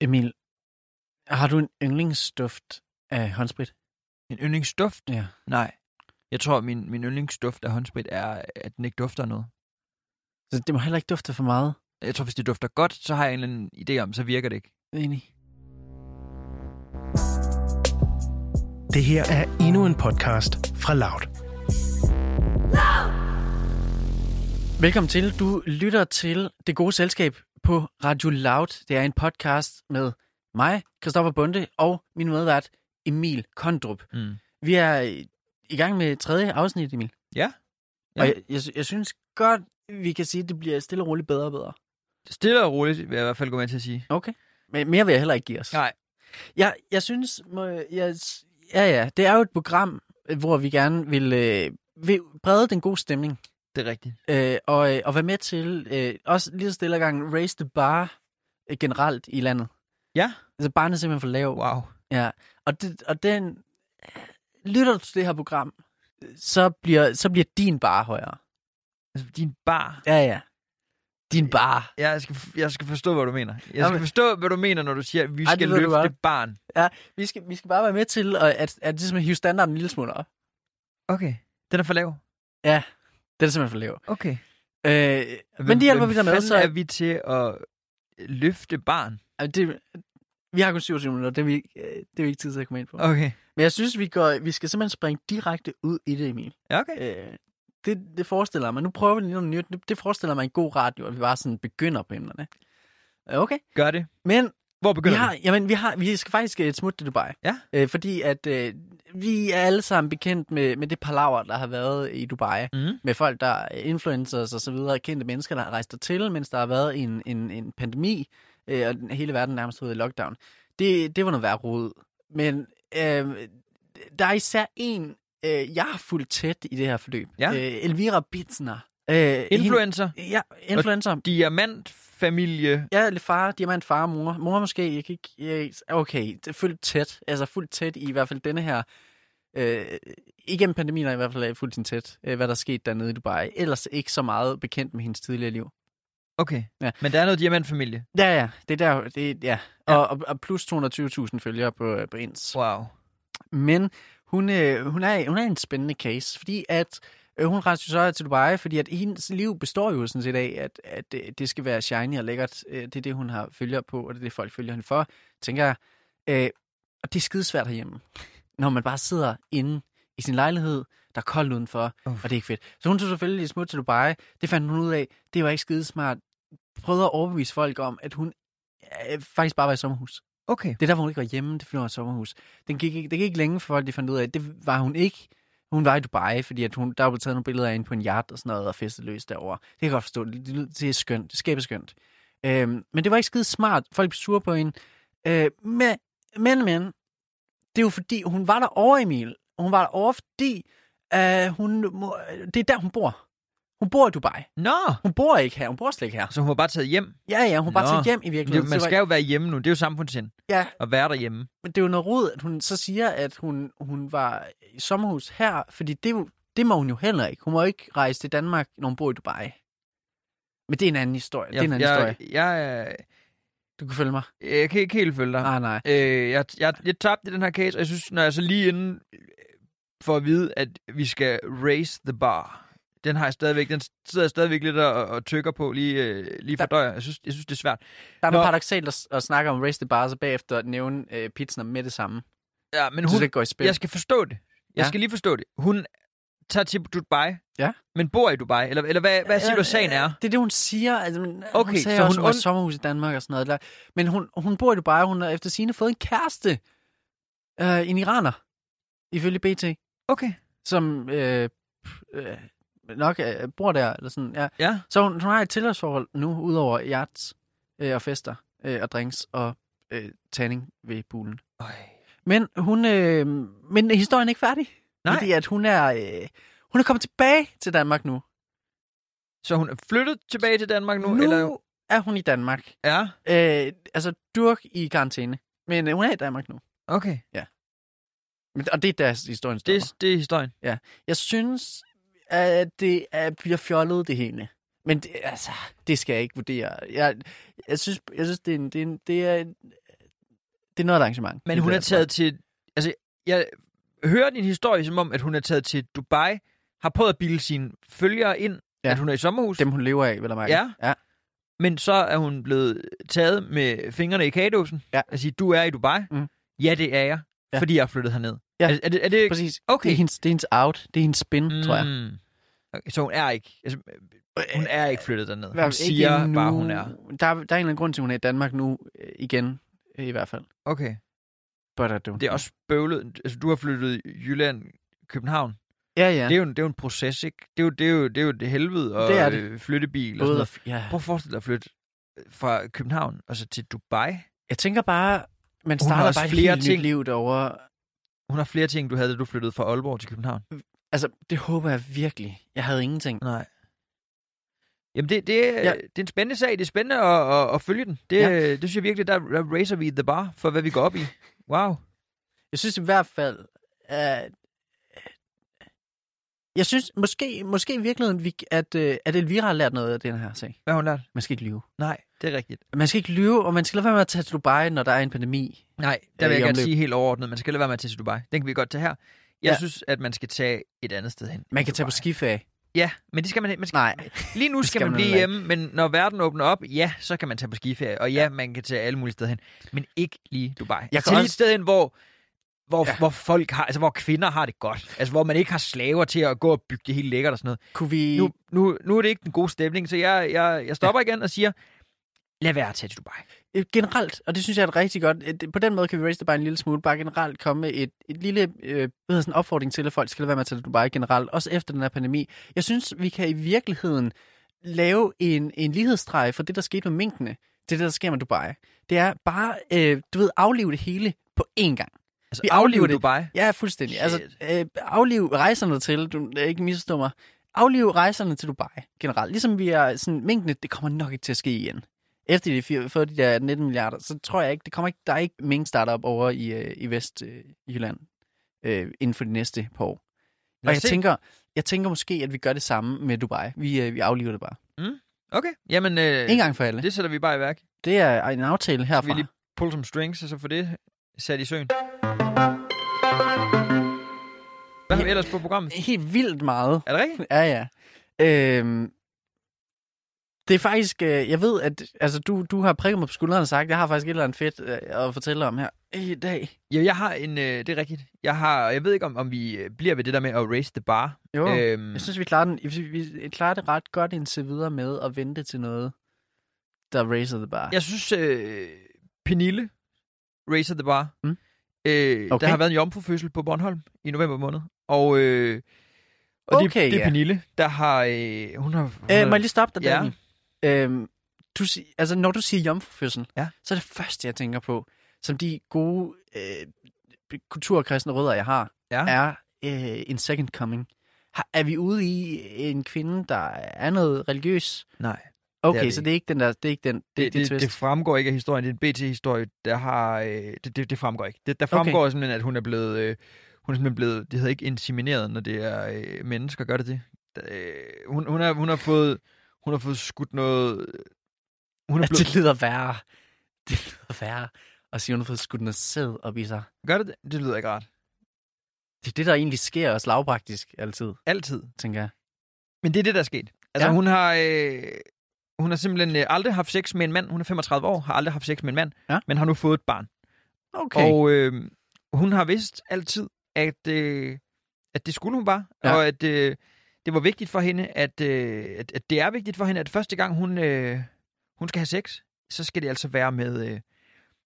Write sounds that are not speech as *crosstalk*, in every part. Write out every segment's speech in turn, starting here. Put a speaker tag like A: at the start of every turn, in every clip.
A: Emil, har du en yndlingsduft af håndsprit?
B: En yndlingsduft?
A: Ja.
B: Nej. Jeg tror, min, min yndlingsduft af håndsprit er, at den ikke dufter af noget.
A: Så det må heller ikke dufte for meget.
B: Jeg tror, hvis det dufter godt, så har jeg en eller anden idé om, så virker det ikke.
A: Enig.
C: Det her er endnu en podcast fra Loud.
A: Velkommen til. Du lytter til Det Gode Selskab på Radio Loud. Det er en podcast med mig, Christoffer Bunde, og min medvært Emil Kondrup.
B: Mm.
A: Vi er i- i gang med tredje afsnit, Emil.
B: Ja. Ja.
A: Og jeg, jeg, sy- jeg synes godt, vi kan sige, at det bliver stille og roligt bedre og bedre.
B: Stille og roligt vil jeg i hvert fald gå med til at sige.
A: Okay. Men mere vil jeg heller ikke give os.
B: Nej.
A: Jeg, jeg synes, må jeg, jeg, ja ja, det er jo et program, øh, hvor vi gerne vil, øh, vil brede den gode stemning.
B: Det er rigtigt.
A: øh, og, øh, og være med til øh, også lige så stille og gang raise the bar øh, generelt i landet.
B: Ja.
A: Altså barnet er simpelthen for lav.
B: Wow.
A: Ja. Og, det, og den, øh, lytter du til det her program, øh, så bliver, så bliver din bar højere.
B: Altså, din bar.
A: Ja, ja. Din bar.
B: Jeg skal, jeg skal forstå, hvad du mener. Jeg skal
A: Jamen-
B: forstå, hvad du mener, når du siger, at vi
A: Ej, det
B: skal
A: ved du
B: løfte
A: godt.
B: barn.
A: Vi skal, vi skal bare være med til at, at, at ligesom hive standarden en lille smule op.
B: Okay. Den er for lav.
A: Den er simpelthen for lav.
B: Okay.
A: Øh, men det hjælper vi dig med,
B: så... er
A: så
B: vi til at løfte barn?
A: altså, det, vi har kun 27 minutter, det er vi, ikke- øh, det er vi ikke tid til at komme ind på.
B: Okay.
A: Men jeg synes, vi, går, vi skal simpelthen springe direkte ud i det, Emil.
B: Ja, okay.
A: Øh, det, det forestiller jeg mig. Nu prøver vi lige noget nyt. Det, det forestiller mig en god radio, at vi bare sådan begynder på emnerne. Øh, Okay.
B: Gør det.
A: Men
B: Hvor
A: vi
B: begynder
A: har, jamen, vi, har, vi skal faktisk øh, et smut til Dubai.
B: Ja.
A: Øh, fordi at øh, vi er alle sammen bekendt med, med det palaver, der har været i Dubai.
B: Mhm.
A: Med folk, der er influencers og så videre, kendte mennesker, der har rejst dertil, mens der har været en, en, en pandemi, øh, og den- hele verden nærmest har været i lockdown. Det, det var noget værre rod. Men øh, der er især en, øh, jeg har fulgt tæt i det her forløb.
B: Ja.
A: Øh, Elvira Bitsner. Øh,
B: Influencer,
A: hende- Ja, influencer.
B: diamantfamilie.
A: Ja, eller far, diamant, far, mor. Mor måske, jeg kan ikke... Jeg, okay, det er fuldt tæt. Altså fuldt tæt i i hvert fald denne her... Øh, igennem pandemien er jeg i hvert fald fuldt tæt, øh, hvad der er sket dernede i Dubai. Ellers ikke så meget bekendt med hendes tidligere liv.
B: Okay.
A: Ja.
B: Men der er noget diamantfamilie.
A: Ja, ja, det er der... Det, ja. Og, og, og plus 220.000 følgere på, øh, på ens.
B: Wow.
A: Men hun, øh, hun, er, hun er en spændende case, fordi at øh, hun rejste jo så til Dubai, fordi at hendes liv består jo sådan set af, at, at øh, det, det skal være shiny og lækkert. Øh, Det er det, hun har følger på, og det er det, folk følger hende for, tænker jeg. Øh, og det er skidesvært herhjemme, når man bare sidder inde i sin lejlighed, der er koldt udenfor,
B: Uff.
A: og det er ikke fedt. Så hun tog selvfølgelig smut til Dubai. Det fandt hun ud af. Det var ikke skidesmart. Prøvede at overbevise folk om, at hun øh, faktisk bare var i sommerhus.
B: Okay.
A: Det er der, hvor hun ikke var hjemme, det flyver et sommerhus. Den gik, ikke- det gik ikke længe, for folk de fandt ud af, at det var hun ikke. Hun var i Dubai, fordi at hun, der var blevet taget nogle billeder af hende på en yacht og sådan noget, og festet løs derovre. Det kan jeg godt forstå. Det, det, lyder- det er skønt. Det skaber skønt. Øhm, men det var ikke skide smart. Folk blev sure på hende. Øh, men, men, men, det er jo fordi, hun var der over, Emil. Hun var der over, fordi øh, hun, må- det er der, hun bor. Hun bor i Dubai.
B: Nå!
A: Hun bor ikke her. Hun bor slet ikke her.
B: Så hun var bare taget hjem.
A: Ja, ja, hun er bare
B: Nå.
A: taget hjem i
B: Men det,
A: virkeligheden.
B: man
A: Så det
B: skal jo være hjemme nu. Det er jo samfundssind
A: var, ja,
B: at være derhjemme.
A: men det er jo noget rod, at hun så siger, at hun, hun var i sommerhus her, fordi det, er jo- det må hun jo heller ikke. Hun må jo ikke rejse til Danmark, når hun bor i Dubai. Men det er en anden historie. det er en anden historie.
B: jeg, jeg,
A: Du kan følge mig.
B: jeg, jeg kan ikke helt følge dig.
A: Nej, ah, nej.
B: Øh, jeg, jeg, jeg tabte i den her case, og jeg synes, når jeg så lige inden øh, får at vide, at vi skal raise the bar, den har jeg stadigvæk, den sidder jeg stadigvæk lidt og, og tykker på lige, øh, lige for
A: Der-
B: døjer. Jeg synes, jeg synes, det er svært.
A: Der er noget
B: Nå.
A: paradoxalt at, at snakke om Race the Bar, og så bagefter nævne øh, pizzaen med det samme.
B: Ja, men
A: Jeg synes,
B: hun,
A: det går i spil.
B: jeg skal forstå det. Jeg
A: Ja.
B: skal lige forstå det. Hun tager til Dubai,
A: Ja.
B: men bor i Dubai, eller, eller hvad, hvad siger du, sagen er?
A: Det er det, hun siger. Altså, men,
B: Okay,
A: hun sagde
B: så
A: også,
B: hun
A: hun var i
B: und-
A: sommerhus i Danmark og sådan noget. Der. Men hun, hun bor i Dubai, og hun har efter sine fået en kæreste. Øh, en iraner, ifølge BT.
B: Okay.
A: som øh, øh, nok øh, bor der, eller sådan, ja.
B: Ja.
A: Så hun, hun har et tilhørsforhold nu, udover yachts øh, og fester øh, og drinks og øh, tanning ved poolen.
B: Øj.
A: Men hun, øh, men historien er ikke færdig.
B: Nej.
A: Fordi at hun er, øh, hun er kommet tilbage til Danmark nu.
B: Så hun er flyttet tilbage til Danmark nu?
A: nu
B: Eller?
A: er hun i Danmark.
B: Ja.
A: Øh, altså, durk i karantæne. Men øh, hun er i Danmark nu.
B: Okay.
A: Men, og det er deres historien
B: Det,
A: stopper.
B: er- det er historien.
A: Jeg synes, at det er, bliver fjollet, det hele. Men det, altså, det skal jeg ikke vurdere. Jeg, jeg, synes, jeg synes, det er, en, det er, en, det er en, det er noget af et arrangement.
B: Men
A: Det
B: hun er
A: der,
B: taget til... Altså, jeg hører din historie som om, at hun er taget til Dubai, har prøvet at bilde sine følgere ind, ja.
A: Ja.
B: at hun er i sommerhus, Dem.
A: Dem, hun lever af, vil jeg mærke.
B: Ja.
A: ja.
B: men så er hun blevet taget med fingrene i kagedåsen.
A: Ja.
B: Og siger, du er i Dubai.
A: Mm.
B: Ja, det er jeg, ja.
A: Ja.
B: fordi jeg er flyttet herned.
A: Ja.
B: Er, er, det, er det...
A: Præcis.
B: Okay.
A: Det er, hendes, det er hendes out. Det er hendes spin, mm. tror jeg.
B: Mm. Okay, så hun er ikke... Altså, hun er ikke flyttet derned.
A: Hvad-
B: Hun
A: ikke
B: siger
A: endnu.
B: bare, hun er.
A: Der, er- der er en eller anden grund til, at hun er i Danmark nu øh, igen, øh, i hvert fald.
B: Okay.
A: But I don't
B: Det er
A: know.
B: også bøvlet. Altså, du har flyttet Jylland, København.
A: Ja, ja.
B: Ja. Det, er jo en, det er jo en proces, ikke? Det er jo, det er jo, det er jo et helvede og
A: Det er det.
B: det. flyttebil og sådan
A: Både,
B: noget.
A: at- ja.
B: Prøv at forestille dig at flytte øh, fra København og så til Dubai.
A: Jeg tænker bare, man
B: Hun har
A: starter
B: også
A: bare et
B: flere
A: helt nyt
B: ting.
A: liv derovre.
B: Hun har flere ting, du havde, da du flyttede fra Aalborg til København.
A: Altså, det håber jeg virkelig. Jeg havde ingenting.
B: Nej. Jamen, det, det, ja.
A: Ja.
B: det er en spændende sag. Det er spændende at, at, at følge den. Det,
A: Ja.
B: ja. det synes jeg virkelig, der, der racer vi the bar for, hvad vi går op i. Wow.
A: Jeg synes i hvert fald, at... Jeg synes måske, måske i virkeligheden, vi- at, øh, at Elvira har lært noget af den her sag.
B: Hvad har hun lært?
A: Man skal ikke lyve.
B: Nej, det er rigtigt.
A: Man skal ikke lyve, og man skal lade være med at tage til Dubai, når der er en pandemi.
B: Nej, der
A: Øh,
B: vil
A: i
B: jeg gerne
A: omløb.
B: sige helt overordnet. Man skal lade være med at tage til Dubai. Den kan vi godt tage her. Jeg ja.
A: Ja.
B: synes, at man skal tage et andet sted hen.
A: Man
B: end
A: kan tage på
B: Dubai.
A: skiferie.
B: Ja, men det skal man, man skal,
A: Nej.
B: Lige nu skal,
A: Det
B: skal
A: skal
B: man,
A: man heller
B: blive hjemme, men når verden åbner op, ja, så kan man tage på skiferie, og ja, man kan tage alle mulige steder hen, men ikke lige Dubai. Jeg
A: kan
B: kan lige et
A: også-
B: sted hen, hvor, hvor, ja.
A: Ja.
B: hvor folk har, altså hvor kvinder har det godt, altså hvor man ikke har slaver til at gå og bygge det hele lækkert og sådan noget.
A: Kunne vi...
B: Nu, nu, nu er det ikke den gode stemning, så jeg, jeg, jeg stopper ja. igen og siger, lad være at tage til Dubai.
A: Øh, generelt, og det synes jeg er et rigtig godt, øh, det- på den måde kan vi raise det bare en lille smule, bare generelt komme med et, et lille øh, hvad hedder sådan, opfordring til, at folk skal lade være med at tage til Dubai generelt, også efter den her pandemi. Jeg synes, vi kan i virkeligheden lave en, en lighedsstreg for det, der skete med minkene, til det, der sker med Dubai. Det er bare, øh, du ved, aflive det hele på én gang.
B: Altså,
A: Vi
B: afliv
A: afliver det.
B: Dubai.
A: Ja, fuldstændig.
B: Shit.
A: Altså, øh, afliv rejserne til, du øh, ikke misforstå mig, afliv rejserne til Dubai generelt. Ligesom vi er sådan, mængden, det kommer nok ikke til at ske igen. Efter de har fir- fået de der 19 milliarder, så tror jeg ikke, det kommer ikke, der er ikke mink startup over i, øh, i Vestjylland øh, inden for de næste par år. Og
B: Lad os
A: jeg
B: se.
A: tænker, jeg tænker måske, at vi gør det samme med Dubai. Vi, øh, vi afliver det bare.
B: Okay, jamen øh,
A: En gang for alle.
B: det sætter vi bare i værk.
A: Det er en aftale
B: Skal vi
A: herfra.
B: lige pull some strings, og så få det sat i søen. Hvad har vi ellers på programmet?
A: Helt vildt meget.
B: Er det rigtigt?
A: Ja, ja. Øhm, det er faktisk, øh, jeg ved, at altså, du, du har prikket mig på skulderen og sagt, jeg har faktisk et eller andet fedt øh, at fortælle om her i dag.
B: Ja, jeg har en... Øh, det er rigtigt. Jeg har... Jeg ved ikke, om, om vi øh, bliver ved det der med at raise the bar.
A: Jo, øh,
B: øhm,
A: jeg synes, vi klarer, den, vi, vi klarer det ret godt indtil videre med at vente til noget, der raiser det bare.
B: jeg synes øh, Penille raiser the bar.
A: Mm.
B: Øh, okay.
A: Okay.
B: Der har været en jomfrufødsel på Bornholm i november måned. Og, øh, og det,
A: Okay,
B: det er
A: ja.
B: Pernille, der har... Øh, hun har,
A: Øh,
B: hun
A: må
B: har
A: jeg lige stoppe dig,
B: Ja.
A: Daniel? Øhm, du, si- altså, når du siger jomfrufødsel,
B: Ja.
A: så er det første, jeg tænker på, som de gode øh, kulturkristne rødder, jeg har,
B: Ja.
A: er øh, en second coming. Har, er vi ude i en kvinde, der er noget religiøs?
B: Nej,
A: Okay,
B: det
A: det
B: ikke.
A: så det er ikke den der, det er ikke den, det, er
B: det,
A: ikke det,
B: det,
A: twist.
B: det, det fremgår ikke af historien. Det er en BT-historie, der har... Øh, det, det, det fremgår ikke. Det, der fremgår okay. simpelthen, at hun er blevet... Øh, hun er simpelthen blevet... Det hedder ikke insemineret, når det er øh, mennesker. Gør det det? Da, øh, hun, hun, har, hun har fået... Hun har fået skudt noget... øh, Hun er
A: det,
B: blevet,
A: det lyder værre. Det lyder værre at sige, at hun har fået skudt noget sæd op i sig.
B: gør det det? Det lyder ikke rart.
A: Det er det, der egentlig sker også lavpraktisk altid,
B: Altid.
A: tænker jeg.
B: Men det er det, der er sket. Altså, ja.
A: Ja.
B: hun har... Øh, hun har simpelthen øh, aldrig haft sex med en mand. Hun er 35 år, har aldrig haft sex med en mand,
A: Ja.
B: men har nu fået et barn. Okay.
A: Okay.
B: Og øh, hun har vidst altid, at, øh, at det skulle hun bare, ja.
A: Ja.
B: og at øh, det var vigtigt for hende, at, øh, at, at det er vigtigt for hende, at første gang hun, øh, hun skal have sex, så skal det altså være med, øh,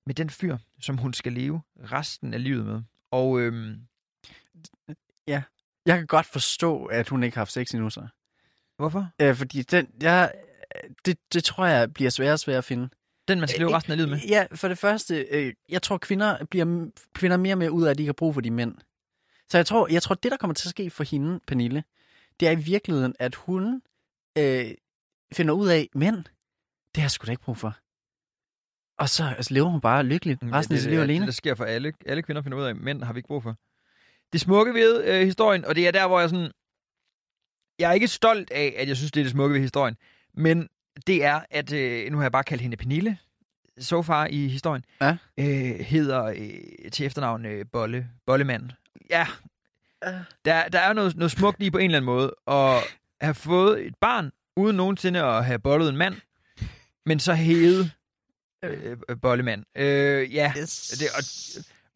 B: med den fyr, som hun skal leve resten af livet med. Og øh,
A: Jeg kan godt forstå, at hun ikke har haft sex endnu, så.
B: hvorfor?
A: Øh, fordi den, jeg, øh, det, det tror jeg bliver sværere og sværere at finde.
B: Den, man skal leve
A: Øh,
B: resten af livet med.
A: Ja, for det første, øh, jeg tror, kvinder bliver kvinder mere og mere ud af, at de ikke har brug for de mænd. Så jeg tror, jeg tror det, der kommer til at ske for hende, Pernille, det er i virkeligheden, at hun øh, finder ud af, mænd, det har jeg sgu da ikke brug for. Og så altså, lever hun bare lykkeligt resten af sit liv
B: Det, er
A: alene.
B: det der sker for alle. Alle kvinder finder ud af, at mænd har vi ikke brug for. Det smukke ved øh, historien, og det er der, hvor jeg sådan... Jeg er ikke stolt af, at jeg synes, det er det smukke ved historien. Men det er, at... Øh, nu har jeg bare kaldt hende Pernille. so far i historien,
A: Ja.
B: øh, hedder øh, til efternavn øh, Bolle, Bollemanden. Ja, der, der er noget, noget smukt lige på en eller anden måde, og have fået et barn, uden nogensinde at have bollet en mand, men så hede øh, Bollemand. Øh, ja,
A: Yes.
B: det, og,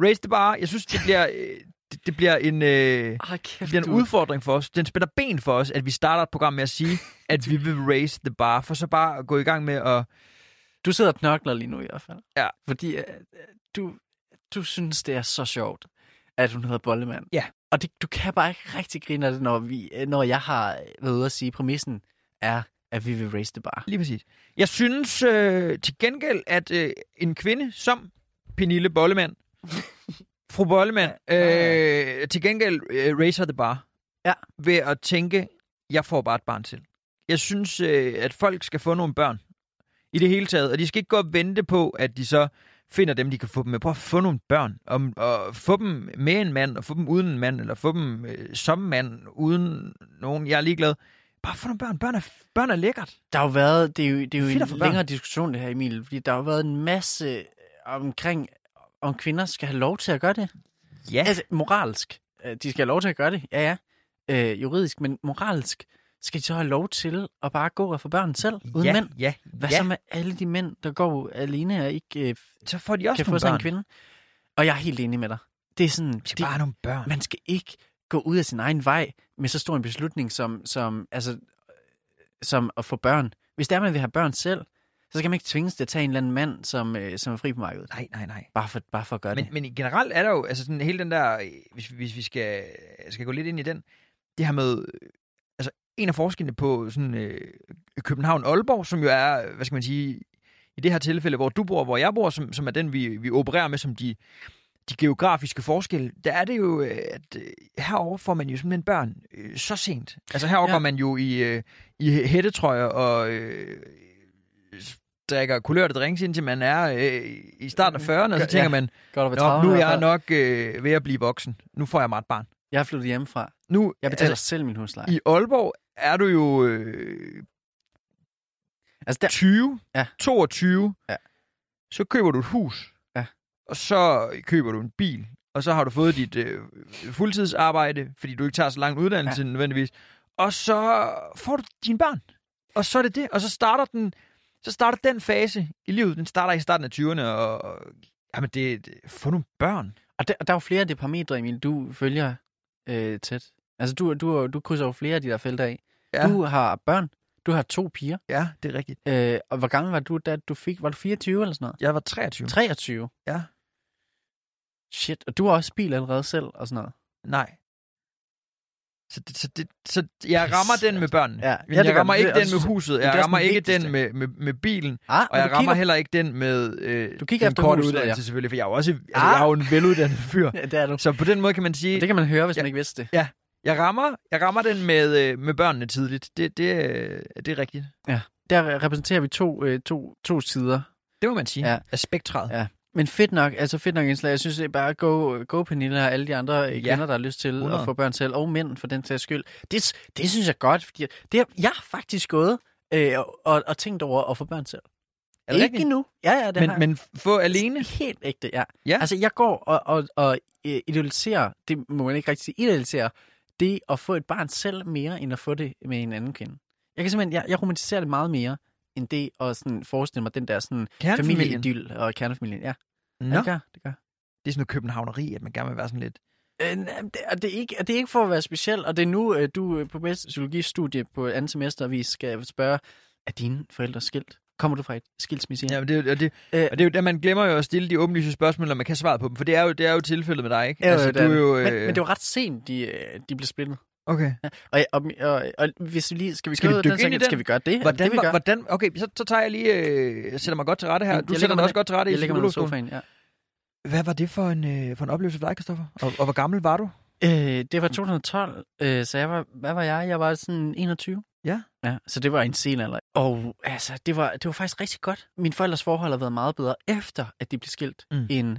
B: race det bare. Jeg synes, det bliver, øh, det, det bliver en... Øh,
A: Ah,
B: det
A: kæft,
B: bliver en udfordring for os. Den spænder ben for os, at vi starter et program med at sige, at vi vil raise the bar, for så bare at gå i gang med at...
A: Du sidder og knokler lige nu i hvert fald.
B: Ja.
A: Fordi øh, du, du synes, det er så sjovt, at hun hedder Bollemand.
B: Ja.
A: Og det, du kan bare ikke rigtig grine af det, når, vi, øh, når jeg har været ude at sige, at præmissen er, at vi vil raise det bare.
B: Lige præcis. Jeg synes øh, til gengæld, at øh, en kvinde som Pernille
A: *laughs*
B: Bollemand, fru Bollemand,
A: Ja.
B: øh, til gengæld øh, racer the bar
A: Ja.
B: ved at tænke, jeg får bare et barn til. Jeg synes, øh, at folk skal få nogle børn i det hele taget, og de skal ikke gå og vente på, at de så finder dem, de kan få dem med. Prøv at få nogle børn, og, og få dem med en mand, og få dem uden en mand, eller få dem øh, som mand, uden nogen. Jeg er ligeglad. Bare få nogle børn. Børn er, børn er lækkert.
A: Der har jo været, det er jo, det er jo
B: Fedt at
A: en
B: få børn.
A: længere diskussion det her, Emil, fordi der har jo været en masse øh, omkring, om kvinder skal have lov til at gøre det.
B: Ja.
A: Altså, moralsk. øh, De skal have lov til at gøre det, ja ja. Øh, juridisk, men moralsk skal de så have lov til at bare gå og få børn selv, uden
B: ja,
A: mænd.
B: Ja,
A: Hvad
B: ja.
A: så med alle de mænd, der går alene og ikke øh,
B: Så får de også
A: kan få
B: nogle
A: sig
B: børn.
A: en kvinde? Og jeg er helt enig med dig. Det er sådan,
B: De skal
A: det,
B: bare have nogle børn.
A: man skal ikke gå ud af sin egen vej med så stor en beslutning som, som, altså, øh, som at få børn. Hvis det er, man vil have børn selv, så skal man ikke tvinges til at tage en eller anden mand, som, øh, som er fri på markedet.
B: Nej, nej, nej.
A: Bare for, bare for at gøre
B: Men,
A: det.
B: men i generelt er der jo, altså sådan hele den der, øh, hvis, hvis vi skal, skal gå lidt ind i den, det her med, øh, altså en af forskellene på sådan øh, København-Aalborg, som jo er, øh, hvad skal man sige, i det her tilfælde, hvor du bor, hvor jeg bor, som, som er den, vi, vi opererer med som de, de geografiske forskelle, der er det jo, øh, at øh, herover får man jo simpelthen børn øh, så sent. Altså herover
A: Ja.
B: ja. går man jo i, øh, i hættetrøjer og øh, drikker kulørte drinks, indtil man er øh, i starten af 40'erne, og så tænker
A: Ja.
B: man,
A: Godt at være
B: Nå,
A: 30
B: nu
A: i
B: er
A: hvert
B: jeg
A: fald.
B: nok øh, ved at blive voksen. Nu får jeg mig et barn.
A: Jeg er flyttet hjemmefra.
B: Nu,
A: Jeg betaler
B: altså,
A: selv min husleje.
B: I Aalborg er du jo øh,
A: Altså, der,
B: 20,
A: Ja.
B: ja. 22.
A: Ja.
B: Så køber du et hus.
A: Ja.
B: Og så køber du en bil. Og så har du fået dit øh, fuldtidsarbejde, fordi du ikke tager så lang uddannelse ja. nødvendigvis. Og så får du dine børn. Og så er det det. Og så starter den, så starter den fase i livet. Den starter i starten af 20'erne. Og, og jamen, det, det, få nogle børn.
A: og der, der er jo flere af de parametre, Emil, du følger øh, tæt. Altså, du, du, du krydser jo flere af de der felter af. Ja. Du har børn. Du har to piger.
B: ja, det er rigtigt.
A: Øh, og hvor gammel var du, da du fik... Var du 24 eller sådan noget?
B: Jeg var 23.
A: 23?
B: Mm. Ja.
A: Shit, og du har også bil allerede selv og sådan noget.
B: Nej. Så, det, så, det, så jeg rammer
A: Pis, altså.
B: den med børnene.
A: Ja,
B: Men
A: ja, det
B: jeg
A: gør
B: rammer
A: du.
B: ikke
A: Det er
B: den med
A: også-
B: huset.
A: det er
B: Jeg
A: også
B: rammer
A: den
B: ikke
A: vigtigste.
B: den med, med, med bilen.
A: Ah,
B: Og jeg
A: du
B: rammer
A: kigger...
B: heller ikke den med øh,
A: Du kigger
B: den
A: efter
B: korte
A: huset,
B: uddannelse
A: ja.
B: selvfølgelig, for jeg er jo, også, altså,
A: Ah.
B: jeg er jo en veluddannet
A: *laughs*
B: fyr.
A: Ja, det er du.
B: Så på den måde kan man sige,
A: Det kan man høre, hvis ja.
B: Ja.
A: man ikke vidste det.
B: jeg rammer, jeg rammer den med, øh, med børnene tidligt. Det, det, øh, det er rigtigt.
A: Der repræsenterer vi to, øh, to, to sider.
B: Det må man sige.
A: Ja.
B: Ja. Af spektret.
A: Ja. Men fedt nok, altså fedt nok indslag. Jeg synes, det er bare go, go Pernille og alle de andre ja.
B: Ja.
A: kvinder, der har lyst til 100. at
B: 100.
A: få børn selv, og mænd for den sags skyld. Det, det synes jeg godt, fordi det, har- jeg har faktisk gået øh, og, og, og tænkt over at få børn selv.
B: Er det
A: ikke
B: rigtigt?
A: endnu. Ja, ja, det har jeg.
B: Men, men få alene.
A: Helt ægte, ja.
B: Ja.
A: Altså, jeg går og, og, og øh, idealiserer, det må man ikke rigtig sige, idealiserer det at få et barn selv mere, end at få det med en anden kvinde. Jeg kan simpelthen, jeg, jeg romantiserer det meget mere, end det at sådan forestille mig den der sådan
B: Kernefamilien.
A: familieidyl og kernefamilien. Ja, ja,
B: Nå,
A: det gør, det gør.
B: det er sådan noget københavneri, at man gerne vil være sådan lidt.
A: Øh, nej, men det, og det, er ikke, og det er ikke for at være speciel, og det er nu, øh, du øh, på bedst psykologistudie på andet semester, vi skal spørge, er dine forældre skilt? Kommer du fra et skilsmisse?
B: Ja, men det, er jo- og det,
A: Øh,
B: Og det er jo der, man glemmer jo at stille de åbenlyse spørgsmål, når man kan svare på dem. For det er jo, det er jo tilfældet med dig, ikke?
A: Ja,
B: altså,
A: det
B: du
A: er øh,
B: er jo...
A: men, men det var ret sent, de, øh, de blev splittet.
B: Okay.
A: Og, og, og, og hvis vi lige... Skal vi,
B: Skal vi
A: gøre
B: dykke
A: den,
B: ind i
A: sekund?
B: den?
A: Skal vi gøre det? det
B: Hvordan,
A: vil vi
B: var,
A: gøre.
B: hvordan, okay, så, så tager jeg lige... Øh, jeg sætter mig godt til rette her.
A: Jeg
B: Du
A: lægger
B: sætter
A: mig ned-
B: dig også godt til rette i
A: Jeg ligger mig ned på
B: psykologstolen.
A: sofaen, ja.
B: Hvad var det for en, øh, for en oplevelse for dig, Kristoffer? Og, og hvor gammel var du?
A: Øh, det var 2012, øh, så jeg var, hvad var jeg? Jeg var sådan 21.
B: Ja.
A: ja så det var en sen alder. Og altså, det var, det var faktisk rigtig godt. Mine forældres forhold har været meget bedre efter, at de blev skilt, mm.
B: Mm.
A: end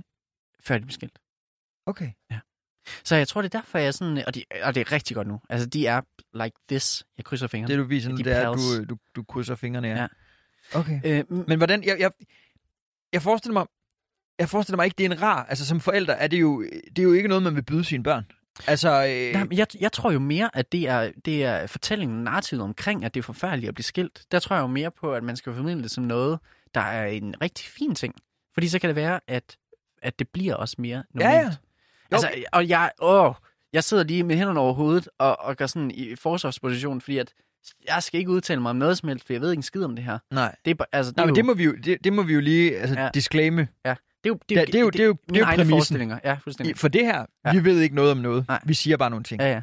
A: før de blev skilt.
B: Okay.
A: Så jeg tror, det er derfor, jeg er sådan... Og, de, og det er rigtig godt nu. Altså, de er like this. Jeg krydser fingrene.
B: Det, du viser nu,
A: De
B: det er, at
A: pals.
B: du, øh, du, du krydser fingrene af.
A: Ja.
B: Okay.
A: Øh,
B: Men hvordan... Jeg, jeg, jeg forestiller mig, jeg forestiller mig ikke, det er en rar... Altså, som forældre er det jo, det er jo ikke noget, man vil byde sine børn. Altså, øh,
A: Nej, men jeg, jeg tror jo mere, at det er, det er fortællingen, narrativet omkring, at det er forfærdeligt at blive skilt. Der tror jeg jo mere på, at man skal formidle det som noget, der er en rigtig fin ting. Fordi så kan det være, at, at det bliver også mere normalt.
B: ja. Jo.
A: Altså, og jeg, åh, jeg sidder lige med hænderne over hovedet og, og gør sådan i forsvarsposition, fordi at jeg skal ikke udtale mig om noget som helst, for jeg ved ikke en skid om det her.
B: nej.
A: Det er, bare- altså, det
B: Nej,
A: er
B: men
A: jo,
B: det må vi jo, det, det må vi jo lige altså,
A: Ja.
B: ja. disclaime.
A: det er jo,
B: det er jo- det er jo- det er
A: mine
B: jo
A: egne
B: præmissen.
A: forestillinger. Ja,
B: I-
A: fuldstændig.
B: For det her,
A: Ja.
B: ja. vi ved ikke noget om noget.
A: Nej.
B: Vi siger bare nogle ting.
A: Ja, ja.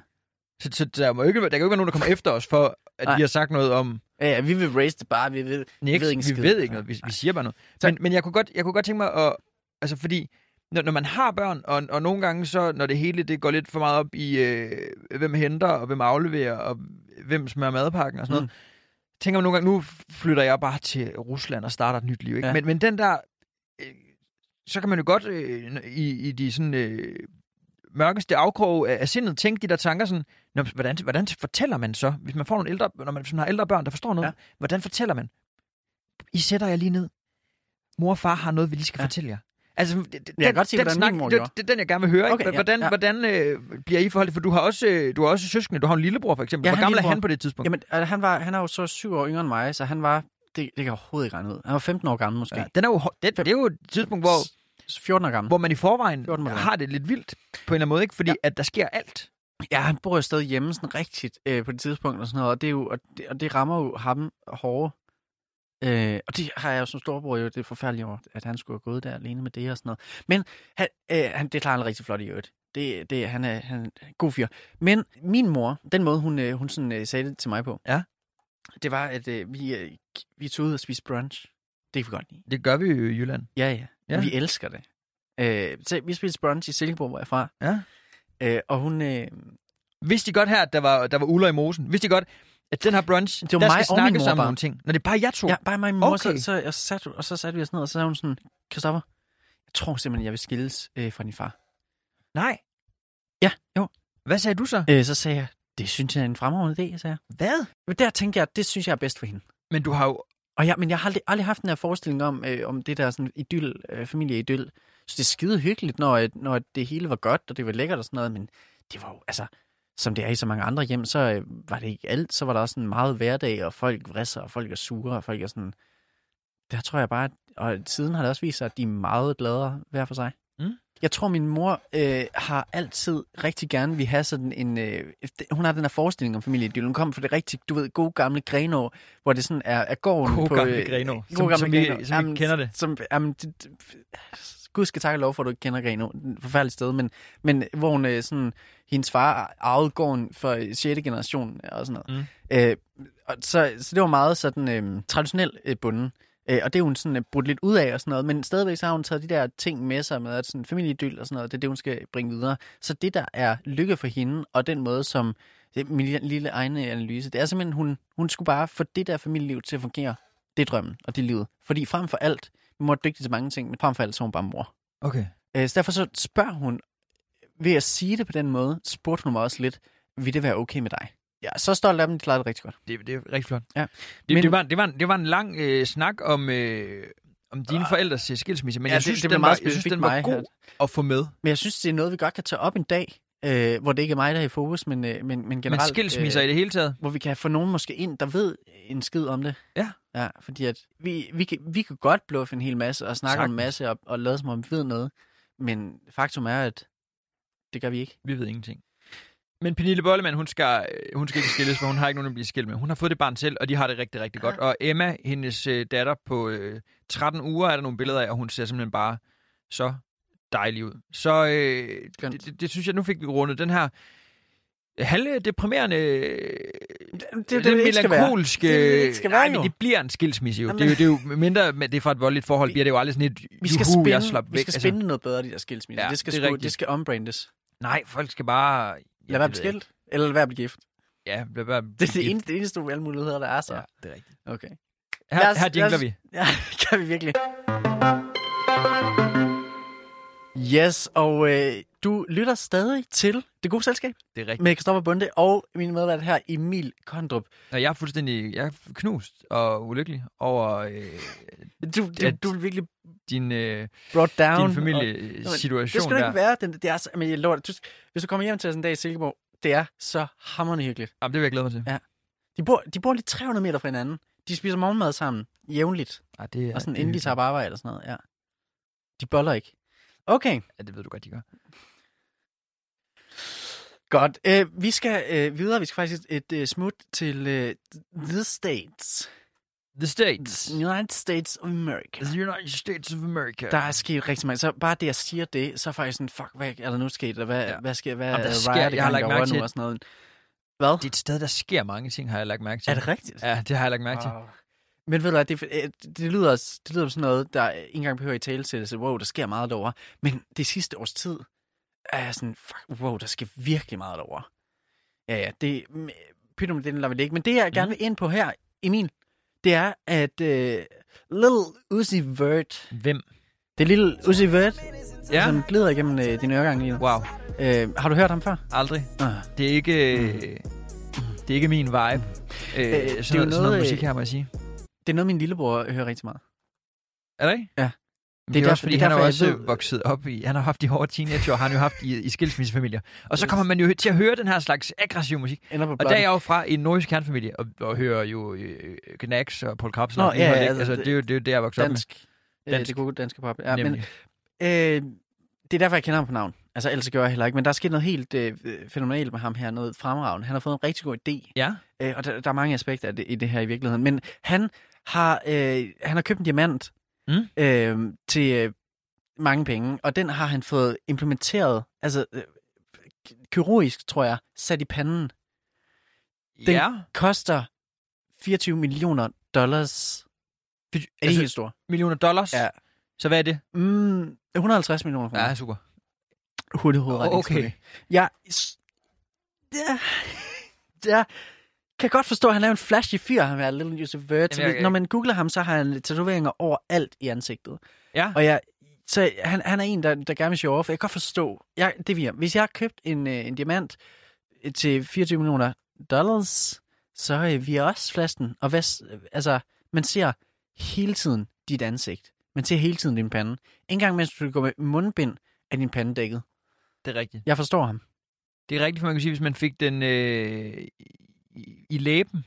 B: Så, så der, må jo ikke, der kan jo ikke være nogen, der kommer efter os for, at
A: Nej.
B: vi har sagt noget om
A: ja, ja vi vil raise det bare, vi vil...
B: Nix.
A: ved ikke en skid.
B: Vi ved ikke noget. Vi,
A: Nej.
B: vi siger bare noget.
A: Så-
B: Men, men jeg, kunne godt, jeg kunne godt tænke mig at... Altså fordi, når, når man har børn, og, og nogle gange så, når det hele det går lidt for meget op i, øh, hvem henter, og hvem afleverer, og hvem smører madpakken og sådan noget,
A: Mm.
B: tænker man nogle gange, nu flytter jeg bare til Rusland og starter et nyt liv. Ikke?
A: Ja.
B: Ja. Men, men den der... Øh, så kan man jo godt øh, i, i de sådan... Øh, mørkeste afkrog af, af sindet, tænke de der tanker sådan, Nå, men hvordan, hvordan fortæller man så, hvis man får nogle ældre, når man, hvis man har ældre børn, der forstår noget,
A: Ja.
B: ja. hvordan fortæller man? I sætter jeg lige ned. Mor og far har noget, vi lige skal
A: Ja.
B: ja. fortælle jer. Altså, det, det,
A: kan godt se,
B: den
A: hvordan min mor
B: det,
A: gjorde.
B: det, er den, jeg gerne vil høre.
A: Okay,
B: ikke?
A: ja,
B: Hvordan,
A: ja.
B: hvordan øh, bliver I forholdet? For du har også, øh, du har også søskende. Du har en lillebror, for eksempel.
A: Jeg
B: Ja,
A: har en
B: Hvor gammel er
A: lillebror.
B: han på det tidspunkt?
A: Jamen, altså, han, var, han er jo så syv år yngre end mig, så han var... Det, det kan jeg overhovedet ikke regne ud. Han var 15 år gammel måske.
B: ja, den er jo, hår- det, det er jo et tidspunkt, hvor,
A: 14 år gammel.
B: hvor man i forvejen
A: 14 måneder.
B: har det lidt vildt, på en eller anden måde. Ikke? Fordi
A: Ja.
B: ja. at der sker alt.
A: Ja, han bor jo stadig hjemme sådan rigtigt øh, på det tidspunkt og sådan noget, og det, er jo, og det, og det rammer jo ham hårdere. Øh, og det har jeg jo som storbror jo det forfærdelige over, at han skulle have gået der alene med det og sådan noget. Men han, øh, han, det klarer han rigtig flot i øvrigt. Det, det, han, er, han er en god fyr. Men min mor, den måde hun, øh, hun sådan, øh, sagde det til mig på,
B: Ja.
A: det var, at øh, vi, øh, vi tog ud og spiste brunch. Det kan vi godt lide.
B: Det gør vi jo i Jylland.
A: Ja, ja. ja.
B: Ja.
A: Vi elsker det. Øh, så vi spiste brunch i Silkeborg, hvor jeg er fra.
B: Ja.
A: Øh, og hun... Øh,
B: Vidste de godt her, at der var, der var uler i mosen? Vidste de godt, at den her brunch,
A: Det var
B: der
A: mig
B: skal
A: og min
B: snakkes
A: mor
B: om
A: bare.
B: nogle ting? Når det er bare jer to.
A: Ja, bare mig og min mor, okay.
B: Okay.
A: så, så, og, så satte, og så satte vi os ned, og så sagde hun sådan, Christoffer, jeg tror simpelthen, jeg vil skilles øh, fra din far.
B: Nej.
A: Ja, jo.
B: Hvad sagde du så?
A: Øh, så sagde jeg, det synes jeg er en fremragende idé, sagde jeg.
B: Hvad?
A: Men der tænkte jeg, det synes jeg er bedst for hende.
B: Men du har jo...
A: Og jeg, men jeg har aldrig, aldrig haft den her forestilling om, øh, om det der sådan idyll, øh, familieidyll. Så det er skide hyggeligt, når, øh, når det hele var godt, og det var lækkert og sådan noget, men det var jo, altså, som det er i så mange andre hjem, så øh, var det ikke alt. Så var der også sådan meget hverdag, og folk vrisser, og folk er sure, og folk er sådan... Der tror jeg bare, at, og siden har det også vist sig, at de er meget gladere hver for sig.
B: Mm.
A: Jeg tror, min mor øh, har altid rigtig gerne vil have sådan en... Øh, hun har den her forestilling om familieidyll. Hun kom fra det rigtig, du ved, gode gamle Grenå, hvor det sådan er, er gården
B: God
A: på...
B: gamle
A: øh,
B: Grenå,
A: god
B: som-
A: gamle
B: som vi-
A: Grenå.
B: som vi kender det.
A: Som, jamen, det, det- Gud skal takke og lov for, at du ikke kender Grenå. Det er et Forfærdeligt sted, men, men hvor hun, øh, sådan, hendes far arvede gården for 6. generation og sådan noget. Mm. Øh, og så, så det var meget sådan øh, traditionel øh, bunden. Øh, og det er hun sådan øh, brudt lidt ud af og sådan noget, men stadigvæk så har hun taget de der ting med sig med, at sådan familieidyl og sådan noget, det er det, hun skal bringe videre. Så det, der er lykke for hende, og den måde, som det er min lille, lille egne analyse, det er simpelthen, hun, hun skulle bare få det der familieliv til at fungere. Det er drømmen, og det er livet. Fordi frem for alt, min mor er dygtig til mange ting, men frem for alt, så er hun bare mor.
B: Okay.
A: Øh, så derfor så spørger hun, ved at sige det på den måde, spurgte hun mig også lidt, vil det være okay med dig? Jeg er så stolt af dem, de klarede det rigtig godt.
B: Det, det er rigtig flot.
A: Ja.
B: Det,
A: Men-
B: men, det, var, det, var, en- det var en lang øh, snak om, øh, om dine forældres øh, skilsmisse, men
A: Ah. Ja,
B: jeg,
A: det-
B: synes,
A: det
B: det,
A: blev
B: den
A: meget
B: var, jeg synes,
A: specifikt
B: den var
A: mig
B: god at få med.
A: Men jeg synes, det er noget, vi godt kan tage op en dag, øh, hvor det ikke er mig, der er i fokus, men, øh, men, men
B: Men
A: generelt...
B: skilsmisser
A: øh,
B: i det hele taget.
A: hvor vi kan få nogen måske ind, der ved en skid om det.
B: Ja.
A: Ja, fordi at vi, vi, kan, vi kan godt bluffe en hel masse og snakke om en
B: Sagtens.
A: masse og, og lade som om vi ved noget, men faktum er, at det gør vi ikke.
B: Vi ved ingenting. Men Pernille Bollemann, hun skal, øh, hun skal ikke skilles, for hun har ikke nogen at blive skilt med. Hun har fået det barn selv, og de har det rigtig, rigtig godt. Og Emma, hendes øh, datter på øh, 13 uger, er der nogle billeder af, og hun ser simpelthen bare så dejlig ud. Så øh,
A: Skønt.
B: det, det, det synes jeg, nu fik vi rundet den her øh, halve deprimerende, det,
A: Det,
B: melankolske...
A: Det er det, det skal være,
B: Ej, men
A: jo.
B: det bliver en skilsmise jo.
A: Jamen-
B: Det er jo, det er jo mindre, men det er fra et voldeligt forhold,
A: Vi-
B: bliver det jo aldrig sådan et,
A: Vi skal
B: juhu, jeg
A: spinde,
B: slap væk.
A: vi skal
B: Altså,
A: spinde noget bedre, de der skilsmisser. Ja,
B: Ja,
A: det, skal
B: det er
A: sgu,
B: rigtigt.
A: det skal ombrandes.
B: nej, folk skal bare... Ja,
A: Lad være at blive
B: det ved jeg ikke.
A: skilt, eller lad være at blive gift.
B: Ja, lad være med at
A: Det er det
B: blive
A: eneste, det eneste valgmuligheder, der er så.
B: Ja,
A: Ja.
B: det er rigtigt.
A: Okay. *laughs* Lad
B: Her,
A: os-
B: her
A: lad
B: jingler
A: os-
B: vi.
A: Ja, det kan vi virkelig. Yes, og øh, du lytter stadig til Det Gode Selskab.
B: Det er rigtigt.
A: med Kristoffer Bunde og min medvært her, Emil Kondrup.
B: Og jeg er fuldstændig jeg er knust og ulykkelig over øh,
A: Du, du,
B: at
A: du er virkelig
B: din, øh,
A: brought down.
B: din
A: og,
B: familiesituation
A: Det skal du
B: der.
A: ikke være. Den, det er, så- men jeg lover dig, du, hvis du kommer hjem til os en dag i Silkeborg, det er så hammerende hyggeligt.
B: Jamen, det vil jeg glæde mig til.
A: Ja. De bor, de bor lige 300 meter fra hinanden. De spiser morgenmad sammen, jævnligt.
B: Ej, det, er-
A: Ja, og sådan
B: det er
A: inden de
B: hyggeligt.
A: tager på arbejde og sådan noget, ja. De boller ikke. Okay,
B: Ja, det ved du godt, de gør.
A: godt. Øh, vi skal øh, videre. Vi skal faktisk et, et øh, smut til øh, The States.
B: The States.
A: United States of America.
B: The United States of America.
A: Der er sket rigtig meget. Så bare det, jeg siger det, så er faktisk sådan, fuck, hvad er der nu sket? Eller hvad,
B: Ja.
A: ja. hvad sker? Hvad
B: Jamen, der
A: er
B: sker-
A: riot i
B: jeg har
A: gang
B: lagt mærke
A: derovre
B: til-
A: nu og sådan noget? Hvad?
B: Det er et sted, der sker mange ting, har jeg lagt mærke til.
A: er det rigtigt?
B: Ja, det har jeg lagt mærke til.
A: Wow. Men ved du hvad, det, øh, det, lyder, også- det lyder som sådan noget, der ikke engang behøver i tale til det, wow, der sker meget derovre. Men det sidste års tid er jeg sådan, fuck, wow, der sker virkelig meget derovre. Ja, ja, det, mm, pyt om det lader vi det ikke. Men det, jeg gerne
B: Mhm.
A: vil ind på her, Emil, det er, at øh, Little Uzi Vert,
B: Hvem?
A: det er Little Uzi Vert,
B: Ja.
A: ja. som glider igennem øh, din øregang lige nu.
B: Wow.
A: Øh, har du hørt ham før?
B: Aldrig.
A: Uh,
B: Det er ikke... Øh, det er ikke min vibe. Øh, øh,
A: er
B: sådan,
A: jo
B: noget, sådan noget
A: noget,
B: musik
A: øh,
B: her, må jeg sige.
A: det er noget, min lillebror hører rigtig meget.
B: Er det ikke?
A: Ja.
B: Men
A: Det
B: det
A: er
B: er, det er
A: derfor-
B: også, fordi
A: det er
B: han er
A: derfor,
B: jo
A: jeg
B: også
A: ved-
B: vokset op i... Han har haft de hårde teenageår, har han jo haft i, i skilsmissefamilier. Og så kommer man jo til at høre den her slags aggressiv musik.
A: Ender på
B: Og der er
A: blokken.
B: jeg jo fra en nordisk kernfamilie, og, og hører jo øh, Gnax og Paul Krabsen.
A: Nå,
B: og
A: ja, ja,
B: altså,
A: altså,
B: altså, det, er jo, det er jo det, jeg er vokset op med.
A: dansk. Dansk.
B: Dansk.
A: Det gode danske pop. Ja, men,
B: nemlig.
A: øh, det er derfor, jeg kender ham på navn. Altså, ellers gør jeg heller ikke. Men der er sket noget helt øh, øh, fænomenalt med ham her, noget fremragende. Han har fået en rigtig god idé,
B: Ja,
A: øh, og der, der er mange aspekter af det, i det her i virkeligheden. Men han har, øh, han har købt en diamant
B: Mm.
A: øh, til øh, mange penge, og den har han fået implementeret, altså øh, kirurgisk, tror jeg, sat i panden. Den-
B: ja.
A: Koster 24 millioner dollars. Er det
B: Altså,
A: helt stort?
B: millioner dollars.
A: Ja.
B: Så hvad er det?
A: Mm, 150 millioner kroner.
B: Ja, super.
A: hurtig hovedretning.
B: Okay.
A: Jeg, s- ja, *laughs* jeg kan godt forstå, at han er jo en flashy fyr, han er Little Joseph Vert.
B: Jamen, jeg-
A: Når man googler ham, så har han tatoveringer overalt i ansigtet.
B: Ja.
A: Og jeg, så han, han er en, der, der gerne vil show off. Jeg kan godt forstå, jeg, det virker. Hvis jeg har købt en, øh, en diamant øh, til 24 millioner dollars, så øh, vi er også flasken. Og hvad, s- øh, altså, man ser hele tiden dit ansigt. Man ser hele tiden din pande. En gang mens du går med mundbind, er din pande dækket.
B: Det er rigtigt.
A: Jeg forstår ham.
B: Det er rigtigt, for man kan sige, hvis man fik den øh, i, i læben,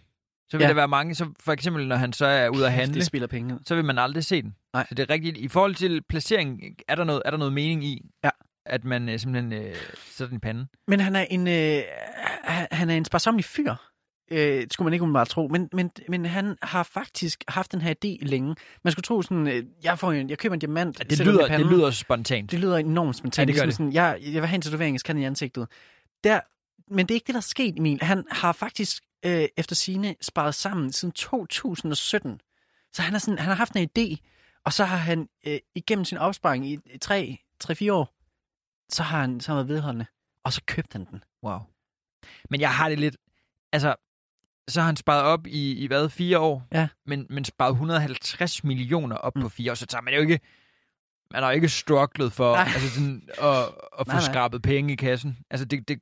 B: så vil
A: Ja.
B: ja. der være mange, så for eksempel når han så er ude at handle,
A: Det spiller penge. ud.
B: så vil man aldrig se den.
A: Nej.
B: Så det er rigtigt. I forhold til placering, er der noget, er der noget mening i,
A: Ja.
B: at man øh, simpelthen øh, sætter den i panden?
A: Men han er en, øh, han- han er en sparsomlig fyr. Øh, det skulle man ikke umiddelbart tro. Men, men, men han har faktisk haft den her idé længe. Man skulle tro sådan, øh, jeg, får en, jeg køber en diamant. sætter
B: Det
A: den i
B: lyder, det
A: panden.
B: lyder spontant.
A: det lyder enormt spontant.
B: Ja, det gør
A: ligesom Sådan, jeg, jeg vil have en tatovering, jeg skal have den i ansigtet. Der, men det er ikke det, der er sket, Emil. Han har faktisk øh, efter sine sparet sammen siden 2017. Så han, er sådan, han har haft en idé, og så har han øh, igennem sin opsparing i 3-4 år, så har han, så har han været vedholdende. Og så købte han den.
B: Wow. Men jeg har det lidt... Altså, så har han sparet op i, i hvad, fire år?
A: Ja.
B: Men, men sparet 150 millioner op
A: Mm.
B: mm. på fire år, så tager man jo ikke... Man har jo ikke strugglet for
A: Nej.
B: altså sådan, at, at få
A: Nej, nej.
B: skrabet penge i kassen. Altså, det, det,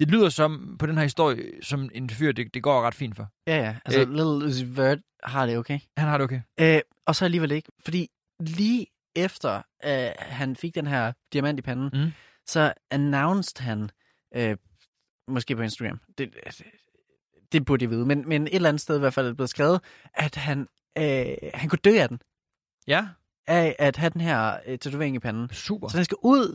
B: det lyder som, på den her historie, som en fyr, det, det går ret fint for.
A: Ja, ja. Altså,
B: Øh.
A: øh. Little Uzi Vert har det okay.
B: Han har det okay.
A: Øh, og så alligevel ikke. Fordi lige efter øh, han fik den her diamant i panden, mm.
B: Mm.
A: så announced han, øh, måske på Instagram, det, det- det burde jeg vide, men, men et eller andet sted i hvert fald er det blevet skrevet, at han, øh, han kunne dø af den,
B: Ja,
A: af at have den her øh, tatovering i panden.
B: super.
A: Så den skal ud.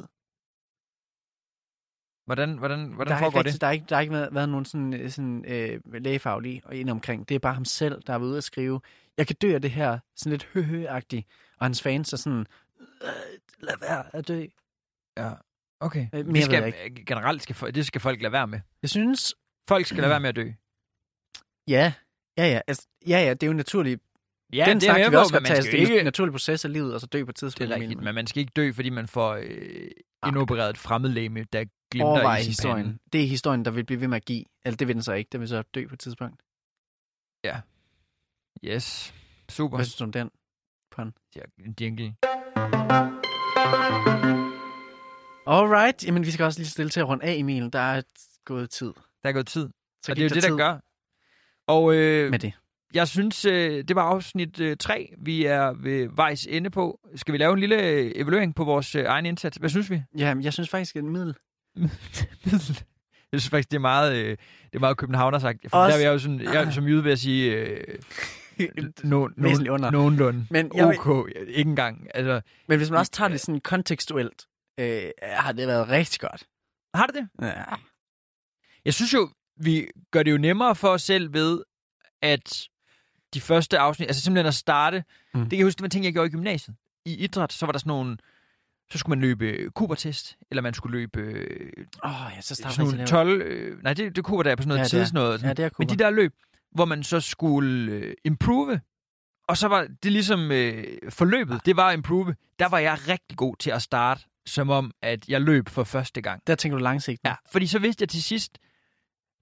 B: Hvordan, hvordan, hvordan
A: der, er ikke
B: foregår det?
A: rigtig, der, er ikke, der har ikke været, været nogen sådan, øh, sådan, øh, lægefaglige og ind omkring. Det er bare ham selv, der er ude at skrive, jeg kan dø af det her, sådan lidt høhø og hans fans er sådan, øh, lad være at dø.
B: Ja. Okay.
A: Øh, mere
B: Det
A: ved jeg
B: skal, generelt skal, fo- det skal folk lade være med.
A: Jeg synes,
B: Folk skal lade være med at dø.
A: ja, ja, ja, altså, ja, ja, det er jo en naturlig,
B: Ja,
A: den
B: det er
A: snak, kan
B: jeg med
A: vi
B: på,
A: også
B: men
A: godt
B: man
A: tage,
B: skal
A: det
B: jo
A: er
B: ikke
A: en naturlig proces af livet, og så dø på et tidspunkt.
B: Det er rigtigt,
A: mener man.
B: men man skal ikke dø, fordi man får øh, indopereret et fremmedlæme, der glimter
A: Overvej
B: i sin
A: historien.
B: pande.
A: Det er historien, der vil blive ved med at give. Eller det vil den så ikke, den vil så dø på et tidspunkt.
B: Yes, super.
A: Hvad synes du om den? Pun.
B: Ja, en jingle.
A: Alright, jamen vi skal også lige stille til at runde af, Emil. Der er et gået tid.
B: Der er gået tid,
A: Så
B: og det
A: gik
B: er jo det, der
A: tid
B: gør. Og øh,
A: med det.
B: jeg synes, øh, det var afsnit øh, 3, vi er ved vejs ende på. Skal vi lave en lille øh, evaluering på vores øh, egen indsats? Hvad synes vi?
A: Ja, men jeg synes faktisk, at *laughs* middel...
B: *laughs* Jeg synes faktisk, det er meget, øh, det er meget københavner sagt. For
A: Også- Ah.
B: der er jeg jo sådan, jeg, som jyde vil jeg sige, øh, no, no,
A: Væsentligt under.
B: nogenlunde.
A: Øh, Men jeg vil-
B: jeg, OK, ikke engang. Altså,
A: Men hvis man også tager det sådan kontekstuelt, øh, har det været rigtig godt.
B: har det det?
A: Ja.
B: Jeg synes jo, vi gør det jo nemmere for os selv ved, at de første afsnit, altså simpelthen at starte,
A: Mm.
B: mm. det kan jeg huske, det var en ting, jeg gjorde i gymnasiet. I idræt, så var der sådan nogle, så skulle man løbe kubertest, eller man skulle løbe øh,
A: Åh, oh, ja, så starter
B: sådan nogle 12, øh, nej, det, det kuber, der er på sådan noget
A: Ja,
B: ja,
A: det er.
B: tids noget. Sådan.
A: Ja, det er
B: Men de der løb, hvor man så skulle øh, improve, og så var det ligesom øh, forløbet, det var at improve. Der var jeg rigtig god til at starte, som om, at jeg løb for første gang.
A: Der tænker du langsigtet.
B: Ja, fordi så vidste jeg til sidst,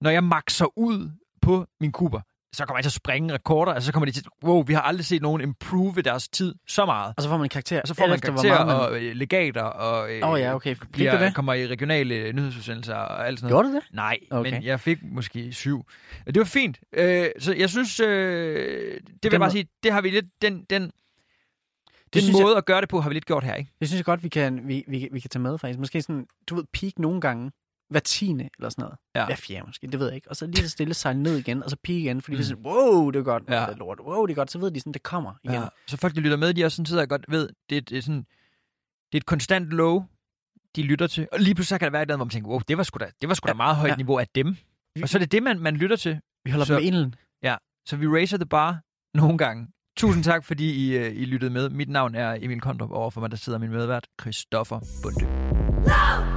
B: når jeg maxer ud på min kuber, så kommer jeg til at springe rekorder, og så kommer de til, wow, vi har aldrig set nogen improve deres tid så meget.
A: Og så får man en karakter.
B: Og så får man
A: alt efter, hvor
B: karakterer
A: meget
B: og øh, legater, og øh,
A: Åh oh, ja, okay. Fik du
B: bliver,
A: det?
B: kommer i regionale øh, nyhedsudsendelser og alt sådan noget.
A: Gjorde du det?
B: Nej,
A: Okay.
B: okay. men jeg fik måske syv. Det var fint. Øh, så jeg synes, øh, det vil jeg
A: må-
B: bare sige, det har vi lidt, den, den,
A: Det
B: den
A: synes
B: måde at gøre det på, har vi lidt gjort her, ikke?
A: Det synes jeg godt, vi kan, vi, vi, vi kan tage med faktisk. Måske sådan, du ved, peak nogle gange. Hver tiende eller sådan noget.
B: Ja.
A: Hver fjerde måske, det ved jeg ikke. Og så lige så stille sejle ned igen, og så peak igen. Fordi mm.
B: Mm.
A: det er sådan, wow, det er godt. Ja.
B: Ja.
A: Det er lort. Wow, det er godt. Så ved de sådan, det kommer igen. Ja.
B: Så folk, der lytter med, de også sådan sidder og godt ved, det, er- det er sådan, det er et konstant low, de lytter til. Og lige pludselig så kan der være et eller andet, hvor man tænker, wow, det var sgu da, det var sgu da
A: Ja,
B: meget højt
A: ja.
B: niveau af dem. Og så er det det, man, man lytter til.
A: Vi holder så...
B: Så-
A: dem i ilden.
B: Så vi raiser the bar nogle gange. Tusind tak, fordi I, øh, I lyttede med. Mit navn er Emil Kondrup, og overfor mig der sidder min medvært, Christoffer Bunde.
D: Love